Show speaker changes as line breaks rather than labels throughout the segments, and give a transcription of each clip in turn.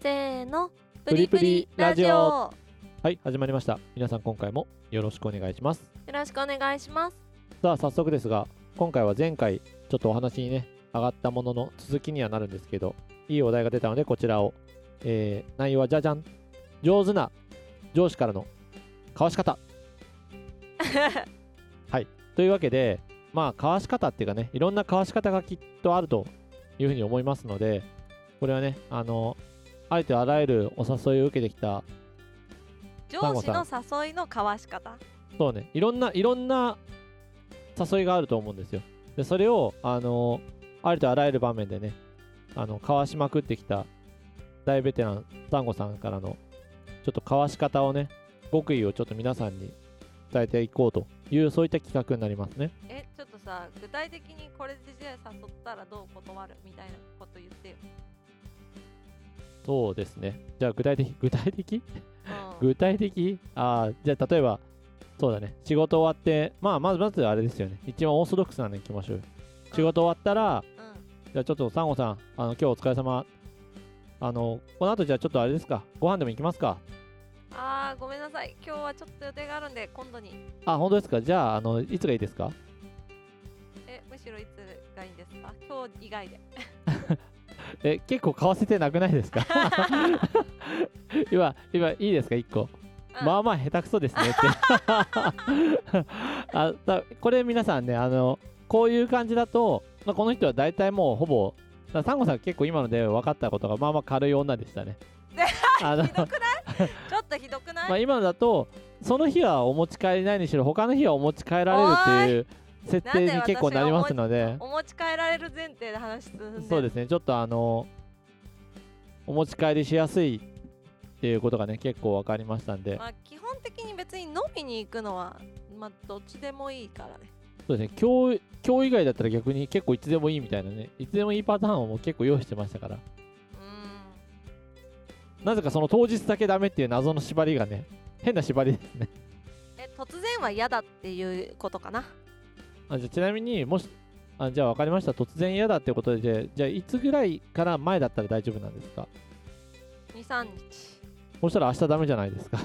せーの
プリプリラジ
プリプ
オ
リよ
はい始まりました皆さん今回もよろしくお願いします
ろしくお願いします
さあ早速ですが今回は前回ちょっとお話にね上がったものの続きにはなるんですけどいいお題が出たのでこちらを、えー内容はじゃじゃん上手な上司からの交わし方はいというわけでまあ交わし方っていうかねいろんな交わし方がきっとあるというふうに思いますのでこれはねあのあえてあらゆるお誘いを受けてきた
上司の誘いの交わし方
そうね、いろんな、いろんな誘いがあると思うんですよ。で、それを、あの、ありとあらゆる場面でね、あの、かわしまくってきた大ベテラン、サンゴさんからの、ちょっとかわし方をね、極意をちょっと皆さんに伝えていこうという、そういった企画になりますね。
えちょっとさ具体的にこれでじゃあ誘ったらどう断るみたいなこと言ってよ、
そうですね。じゃあ、具体的、 具体的
うん、
具体的ああ、じゃあ、例えば、そうだね、仕事終わって、まあ、まずまずあれですよね。一番オーソドックスなの行きましょう。仕事終わったら、じゃあちょっとサンゴさん、あの今日お疲れ様。あの、この後じゃあちょっとあれですか、ご飯でも行きますか。
あーごめんなさい今日はちょっと予定があるんで今度に
あ、本当ですか。じゃあ、あの、いつがいいですか
えむしろいつがいいんですか今日以外で
え、結構買わせてなくないですか 今、今、いいですか、1個。
うん
まあまあ下手くそですねって。 あだこれ皆さんね、あの、こういう感じだと、まあ、この人は大体もうほぼ、だサンゴさん結構今ので分かったことがまあまあ軽い女でしたね。あ の
ひどくない ちょっとひどくない、
まあ、今のだとその日はお持ち帰りないにしろ他の日はお持ち帰られるっていう設定に結構なりますので
お持ち帰られる前提で話進んで
そうですすねちょっとあのお持ち帰りしやすいっていうことがね結構分かりましたんで
まあ基本的に別に飲みに行くのはまあどっちでもいいからね
そうですね今日今日以外だったら逆に結構いつでもいいみたいなねいつでもいいパターンをもう結構用意してましたから
う
なぜかその当日だけダメっていう謎の縛りがね変な縛りですね
んえ突然は嫌だっていうことかな
あじゃあちなみにもしあじゃあ分かりました突然嫌だってことでじゃあじゃあいつぐらいから前だったら大丈夫なんですか
23日
そしたら明日ダメじゃないですか。
う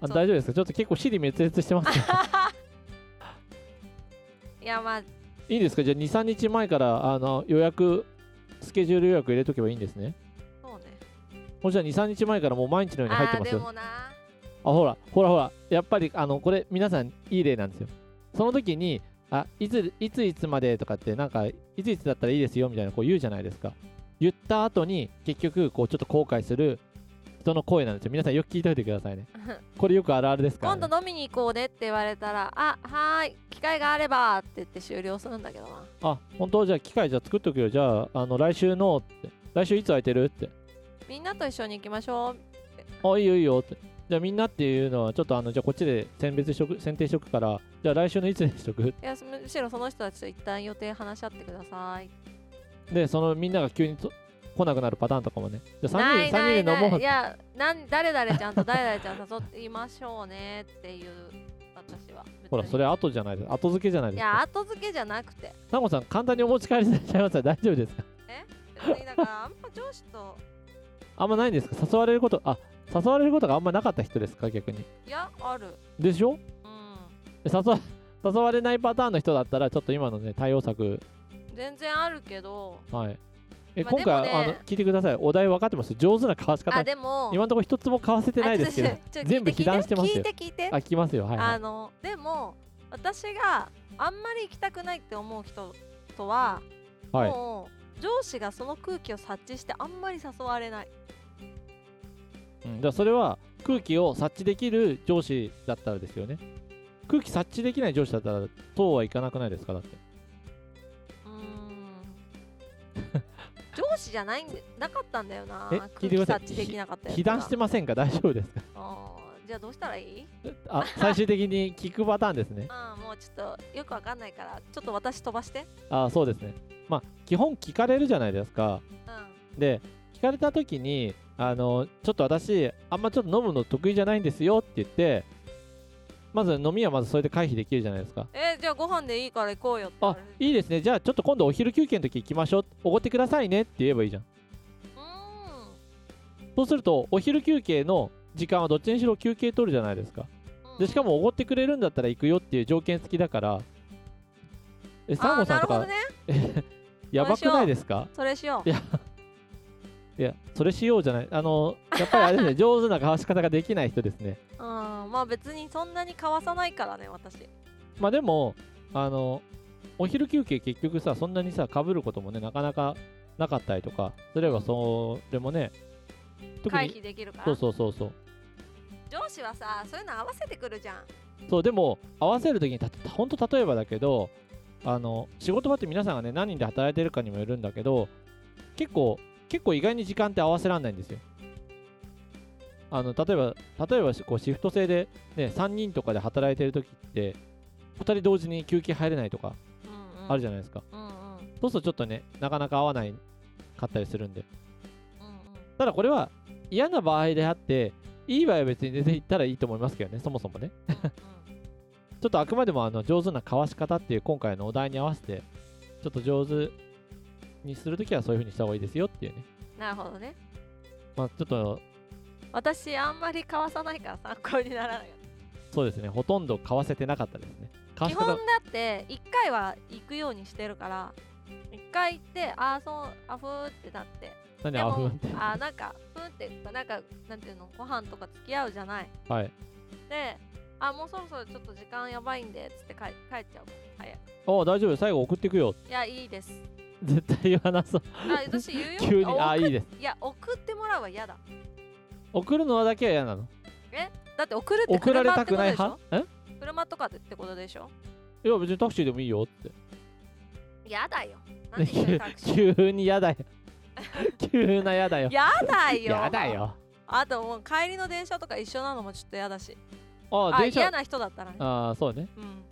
あ
そう
大丈夫ですかちょっと結構尻滅裂して ますね。
んいやまあ
いいんですかじゃあ2、3日前からあの予約、スケジュール予約入れとけばいいんですね。
そうね
もしら2、3日前からもう毎日のように入って
あー
ます
で
よ。
もな
あ、ほら、ほらほら、やっぱりあのこれ皆さんいい例なんですよ。その時に、あいついついつまでとかって、なんかいついつだったらいいですよみたいなこう言うじゃないですか。言った後に結局こうちょっと後悔する人の声なんですよ。皆さんよく聞いておいてくださ いね。これよくあるあるですから、ね。
今度飲みに行こうねって言われたら「あはーい機会があれば」って言って終了するんだけどな
あ、本当じゃあ機械じゃあ作っとくよ。じゃあ、あの、来週のって。来週いつ空いてるって。
みんなと一緒に行きましょう
あ、いいよいいよって。じゃあみんなっていうのは、ちょっとあの、じゃあこっちで選別しとく、選定しとくから、じゃあ来週のいつにしとく
いやむしろその人たちと一旦予定話し合ってください
で、そのみんなが急にと来なくなるパターンとかもね。じゃ
な
あ3
い
人で、
ない
3人で飲
な
もう
いいやなん誰々ちゃんと誰々ちゃん誘いましょうねっていう私は
ほら、それ後じゃないです。後付けじゃない
い
です
や
か。
後付けじゃなくて
サンゴさん、簡単にお持ち帰りされちゃいますよ。大丈夫ですか
別にだからあんま上司と
あんまないんですか誘われること、あ、誘われることがあんまなかった人ですか逆に。
いやある
でしょ
うん
で誘わ誘われないパターンの人だったら、ちょっと今のね、対応策
全然あるけど
はい。え、
まあ
今回、
でも
あ
ね
の聞いてください。お題分かってます。上手な交わし
あ
方。
でも
今のところ一つも交わせてないですけど
あ。ちょっとちょっと
全部
聞いて
被弾してますよ
聞いて聞いて
あ、聞きますよ。はい、は
あ
い。
のでも私があんまり行きたくないって思う人とは、
はい、
もう上司がその空気を察知してあんまり誘われない
うんじゃあそれは空気を察知できる上司だったらですよね。空気察知できない上司だったら、そうはいかなくないですかだって。
うー ん上司じゃないんでなかったんだよな
え聞いてください
空気察知できなかったやつ
被弾してませんか大丈夫ですか
あーじゃあどうしたらいい
あ、最終的に聞くパターンですね。
あーもうちょっとよくわかんないからちょっと私飛ばして
あ、そうですね。まあ、基本聞かれるじゃないですか。
う
で、聞かれた時に、あの、ちょっと私、あんまちょっと飲むの得意じゃないんですよって言って、まず飲みはまずそれで回避できるじゃないですか。
んえじゃあご飯でいいから行こうよって言わ
あ
れる
いいですねじゃあちょっと今度お昼休憩の時行きましょうおごってくださいねって言えばいいじゃん
うーん
そうするとお昼休憩の時間はどっちにしろ休憩取るじゃないですかでしかもおごってくれるんだったら行くよっていう条件付きだからえサン
あ
ゴ
ー
さん
な
と
るほ
か、
どね
やばくないですか
それしよ
いやいやそれしようじゃないあのやっぱりあれで すね上手な交わし方ができない人ですね
ううんまあ別にそんなに交わさないからね私
まあでもあのお昼休憩結局さそんなにさかぶることもねなかなかなかったりとかすればそれもね特
回
に
避できるから
そうそうそうそう
上司はさそういうの合わせてくるじゃん
そうでも合わせるときにたほんと例えばだけどあの仕事場って皆さんがね何人で働いてるかにもよるんだけど結構結構意外に時間って合わせらんないんですよあの例えば例えばこうシフト制で、ね、3人とかで働いてるときって2人同時に休憩入れないとか
うんうん
あるじゃないですか、
うんうんうん
そうするとちょっとねなかなか合わないかったりするんで
うん
ただこれは嫌な場合であっていい場合は別に出て行ったらいいと思いますけどねそもそもねちょっとあくまでもあの上手な交わし方っていう今回のお題に合わせて、ちょっと上手にするときはそういう風にした方がいいですよっていうね。
なるほどね
まあちょっと
私あんまり交わさないから参考にならない
そうですね、ほとんど交わせてなかったですね。
基
交
本
わ
だ
し
っ
方、
て1回は行くようにしてるから1回行ってああそうあふーってなって
何
で
あふん
も
って。
あーなんかふーってなんかなんていうのご飯とか付き合うじゃない
はい。
であもうそろそろちょっと時間やばいんでつって帰帰っちゃう早い
お大丈夫、最後送ってくよ。
いやいいです
絶対言わなそう。
あ私言うよ
急に、あ、
送
いいです。
いや送ってもらうは嫌だ
送るのはだけは嫌なの。
だって送るって
送られ
車ったて
く
こと
ない
でしょ
派え
車とかでってことでしょ
いや、別にタクシーでもいいよって。
嫌だ よ何それタクシー
急に嫌だよ。 急な嫌だよ。
嫌だよ
嫌だよ。
あともう帰りの電車とか一緒なのもちょっと嫌だし
あ、
あ
電
嫌
車。
な人だったらね
あー、そうね。
うん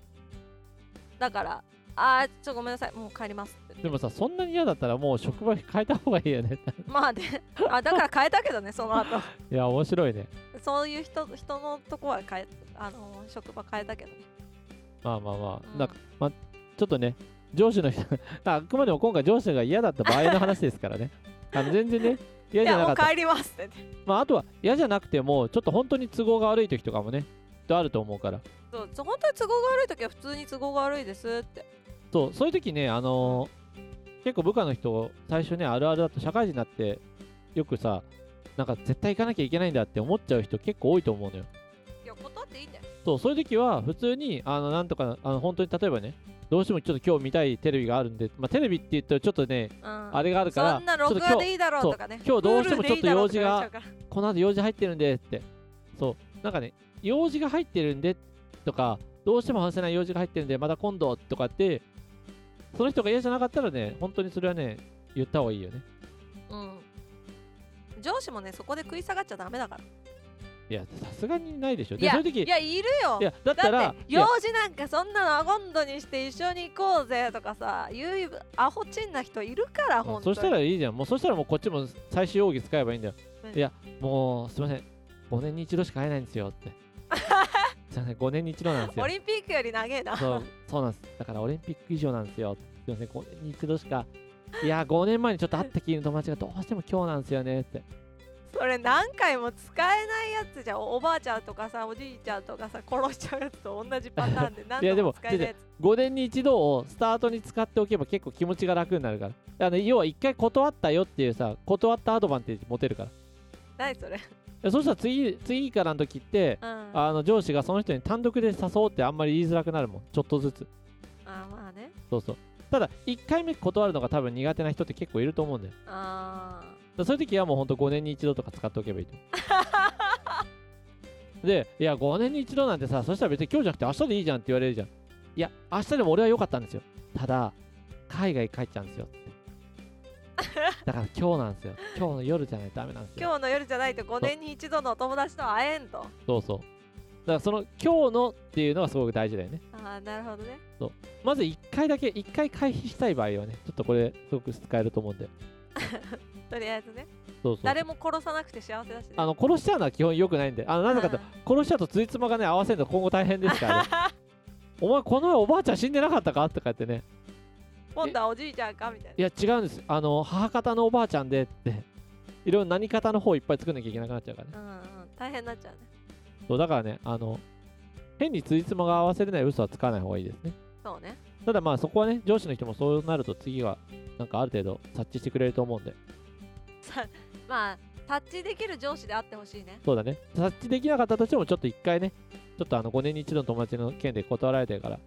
だからあーちょっとごめんなさいもう帰りますって
でもさ、そんなに嫌だったらもう職場変えた方がいいよね。
まあねあだから変えたけどねその後
いや、面白いね。
そういう人人のとこは変えあの職場変えたけどね、
まあまあま
う
あ、
ん
なんかちょっとね、上司の人、 あくまでも今回上司が嫌だった場合の話ですからね。あの全然ね、嫌
い
じゃ
や
な
も
かっ
う
た。
帰りますって、ね、
まああとは嫌じゃなくても、ちょっと本当に都合が悪い時とかもね、とあると思うから。
そうそう本当に都合が悪い時は普通に都合が悪いですって
そう、そういう時ね、あのー結構部下の人、最初ね、あるあるだと社会人になって、よくさ、なんか絶対行かなきゃいけないんだって思っちゃう人結構多いと思うのよ。
いや断っていいんだよ
そう、そういう時は普通に、あの、なんとか、あの本当に例えばね、どうしてもちょっと今日見たいテレビがあるんで、まあテレビって言ったらちょっとね、
うん
あれがあるから、
そんな
ちょっと
録
今
画
日
でいいだろう
そう
とかね
今日どうしてもちょっと用事が
Hulu でいいだろうとか言われちゃうから
この後用事入ってるんでってそうなんかね用事が入ってるんでとかどうしても話せない用事が入ってるんでまた今度とかってその人が嫌じゃなかったらね本当にそれはね言った方がいいよね
うん上司もねそこで食い下がっちゃダメだから
いやさすがにないでしょ
い
で
や
そういう時
いやいるよ
いやだった
だっ
ら
て
い
用
や
事なんかそんなのアゴンドにして一緒に行こうぜとかさ言うアホチンな人いるから
うん
本当に
そしたらいいじゃんもうそしたらもうこっちも最終奥義使えばいいんだよ
うん
いやもうすいません5年に一度しか会えないんですよって すいません5年に一度なんですよ
オリンピックより長えな
そうそうなんです。だからオリンピック以上なんですよ。すいません、5年に一度しか。いや、5年前にちょっと会ったきりの友達がどうしても今日なんですよねって。
それ何回も使えないやつじゃんおおばあちゃんとかさおじいちゃんとかさ殺しちゃうやつと同じパターン で何
で
度
も
も使えないやつ
5年に一度をスタートに使っておけば結構気持ちが楽になるから。あの要は1回断ったよっていうさ、断ったアドバンテージ持てるから。
何それ
でそしたら次、次からの時って、
うんあ
あの上司がその人に単独で誘うってあんまり言いづらくなるもん。ちょっとずつ。
まあね
そうそう。ただ、1回目断るのが多分苦手な人って結構いると思うんだよ。
あ
だからそういう時はもうほんと5年に一度とか使っておけばいいと思 う。で、いや、5年に一度なんてさ、そしたら別に今日じゃなくて明日でいいじゃんって言われるじゃん。いや、明日でも俺は良かったんですよ。ただ、海外帰っちゃうんですよって。だから今日なんですよ。今日の夜じゃないとダメなんです
ー
よ。
今日の夜じゃないと5年に一度のお友達とは会えんと
そうそう。だからその今日のっていうのがすごく大事だよね。
ああなるほどね
まず1回だけ、1回回避したい場合はね、ちょっとこれすごく使えると思うんで。
とりあえずね
そうそう。
誰も殺さなくて幸せだしね
あの殺しちゃうのは基本良くないんで、あのなぜかと殺しちゃうとついつまがね合わせるの今後大変ですか らねお前この前おばあちゃん死んでなかったかとか言ってね
今度はおじいちゃんかみたい
いや違うんですあの母方のおばあちゃんでっていろいろ何方の方いっぱい作んなきゃいけなくなっちゃうからね
うんうん大変になっちゃうね
そうだからねあの変に辻褄が合わせれない嘘はつかない方がいいですね
そうね
ただまあそこはね上司の人もそうなると次はなんかある程度察知してくれると思うんで
さまあタッチできる上司であってほしいね
そうだね察知できなかったとしてもちょっと一回ねちょっとあの5年に一度の友達の件で断られてるから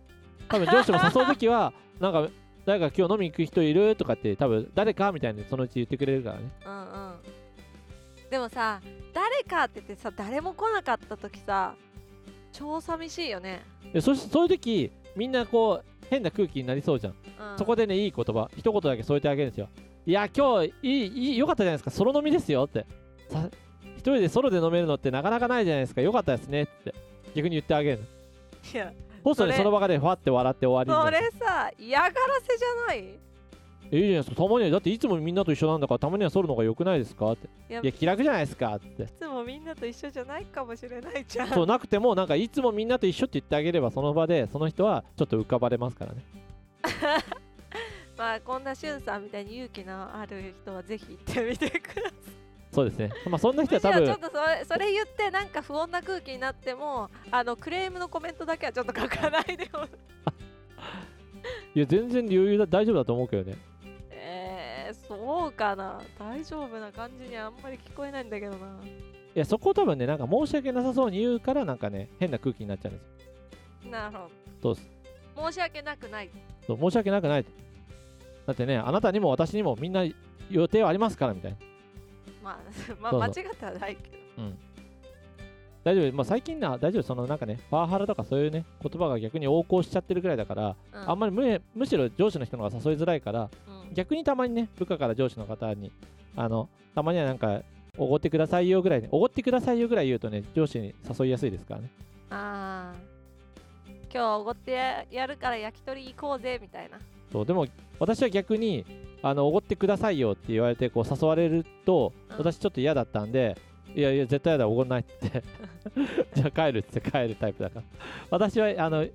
多分上司も誘う時はなんか誰か今日飲みに行く人いるとかって多分誰かみたいにそのうち言ってくれるからね
うんうんでもさ誰かって言ってさ誰も来なかった時さ超寂しいよね、
でそしそういう時みんなこう変な空気になりそうじゃん、
うん、
そこでねいい言葉一言だけ添えてあげるんですよいや今日いいいい良かったじゃないですかソロ飲みですよってさ一人でソロで飲めるのってなかなかないじゃないですか良かったですねって逆に言ってあげるの
いや
そうす
そ
るとね
れ
その場がねファって笑って終わりに
そ
なる
れさ嫌がらせじゃない
えいいじゃないですかたまにはだっていつもみんなと一緒なんだからたまにはソロの方が良くないですかって
いや
いや気楽じゃないです かって
いつもみんなと一緒じゃないかもしれないじゃん
そうなくてもなんかいつもみんなと一緒って言ってあげればその場でその人はちょっと浮かばれますからね
まあこんなしゅんさんみたいに勇気のある人はぜひ行ってみてください
そうですねまあそんな
むし
人
ろ
は
ち
多
ょ
分
っとそれそれ言ってなんか不穏な空気になってもあのクレームのコメントだけはちょっと書かないでほしい
いや全然余裕だ大丈夫だと思うけどね
えー、そうかな大丈夫な感じにあんまり聞こえないんだけどない
やそこを多分ねなんか申し訳なさそうに言うからなんかね変な空気になっちゃうんですよ
なるほ
そうっす
ど申し訳なくない
そう申し訳なくないとだってねあなたにも私にもみんな予定はありますからみたいな
ま あまあ
そう
間
そう
違ってはないけど
大丈夫まあ最近な大丈夫そのなんかねパワハラとかそういうね言葉が逆に横行しちゃってるくらいだから
うん
あんまりむむしろ上司の人の方が誘いづらいから
うん
逆にたまにね部下から上司の方にあのたまにはなんかおごってくださいよぐらいねおごってくださいよぐらい言うとね上司に誘いやすいですからね
ああ今日おごってややるから焼き鳥行こうぜみたいな
そうでも私は逆にあのおごってくださいよって言われてこう誘われると
うん
私ちょっと嫌だったんでいやいや絶対嫌だおごんないって じゃあ帰るって帰るタイプだから私はあの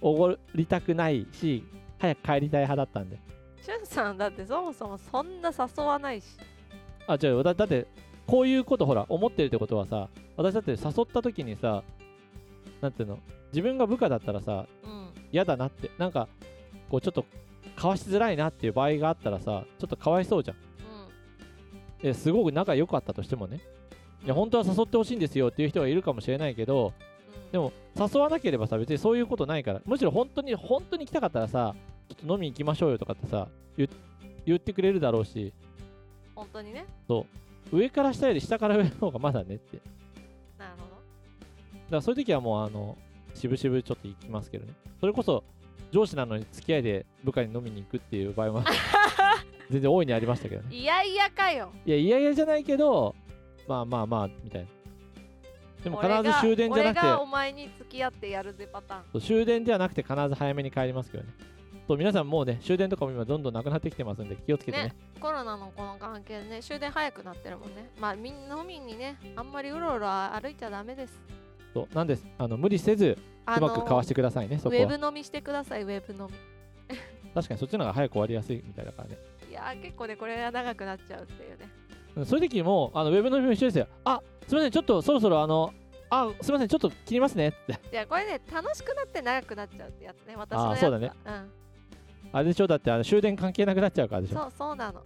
おごりたくないし早く帰りたい派だったんで
しゅんさんだってそもそもそんな誘わないし
あ、じゃあ、だだって、こういうこと、ほら、思ってるってことはさ、私だって誘った時にさ、なんていうの、自分が部下だったらさ、
うん
嫌だなって、なんか、こう、ちょっと、かわしづらいなっていう場合があったらさ、ちょっとかわいそうじゃん。え、すごく仲良かったとしてもね。いや、本当は誘ってほしいんですよっていう人がいるかもしれないけど、で
も
も、誘わなければさ、別にそういうことないから、むしろ本当に、本当に来たかったらさ、ちょっと飲み行きましょうよとかってさ、言言ってくれるだろうし、
本当にね
上から下より下から上の方がまだねって。
なるほど
だからそういう時はもうあの渋々ちょっと行きますけどねそれこそ上司なのに付き合いで部下に飲みに行くっていう場 合も全然大いにありましたけどね
いやいやかよ
いやいやいやじゃないけどまあまあまあみたいなでも必
俺が
ず終電じゃな
俺が
く
お前に付き合ってやるぜパターン
て終電ではなくて必ず早めに帰りますけどねそう皆さんもうね終電とかも今どんどんなくなってきてますんで気をつけてね
ねコロナのこの関係でね終電早くなってるもんねまあみんな飲みにねあんまりうろうろ歩いちゃダメです
そうなんですあの無理せず
あ
うまくかわしててくださいねそ
ウ
こ
ェ
は
ブ飲みしてくださいウェブ飲
確かにそっちの方が早く終わりやすいみたいだからね
みいやー結構ねこれが長くなっちゃうっていうね
うんそういう時もあのウェブの人も一緒ですよ。あすみません、ちょっとそろそろあの、あすみません、ちょっと切りますね って。
いやこれね楽しくなって長くなっちゃうってやつね私
あ
の
ー
やつ
そうだね
は
あれでしょ、だってあの終電関係なくなっちゃうからで
うん
しょ。
そうそうなの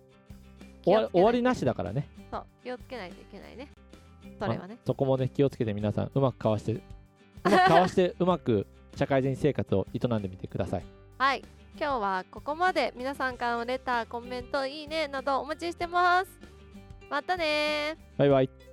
終わ
気をつけない
終わりなしだからね。
そう気をつけないといけないねそれはね
そこもね、気をつけて皆さん、うまくかわして、うまくかわして、うまく社会人生活を営んでみてください。
はい今日はここまで皆さんからのレターコメントいいねなどお待ちしてますまたねー
バイバイ。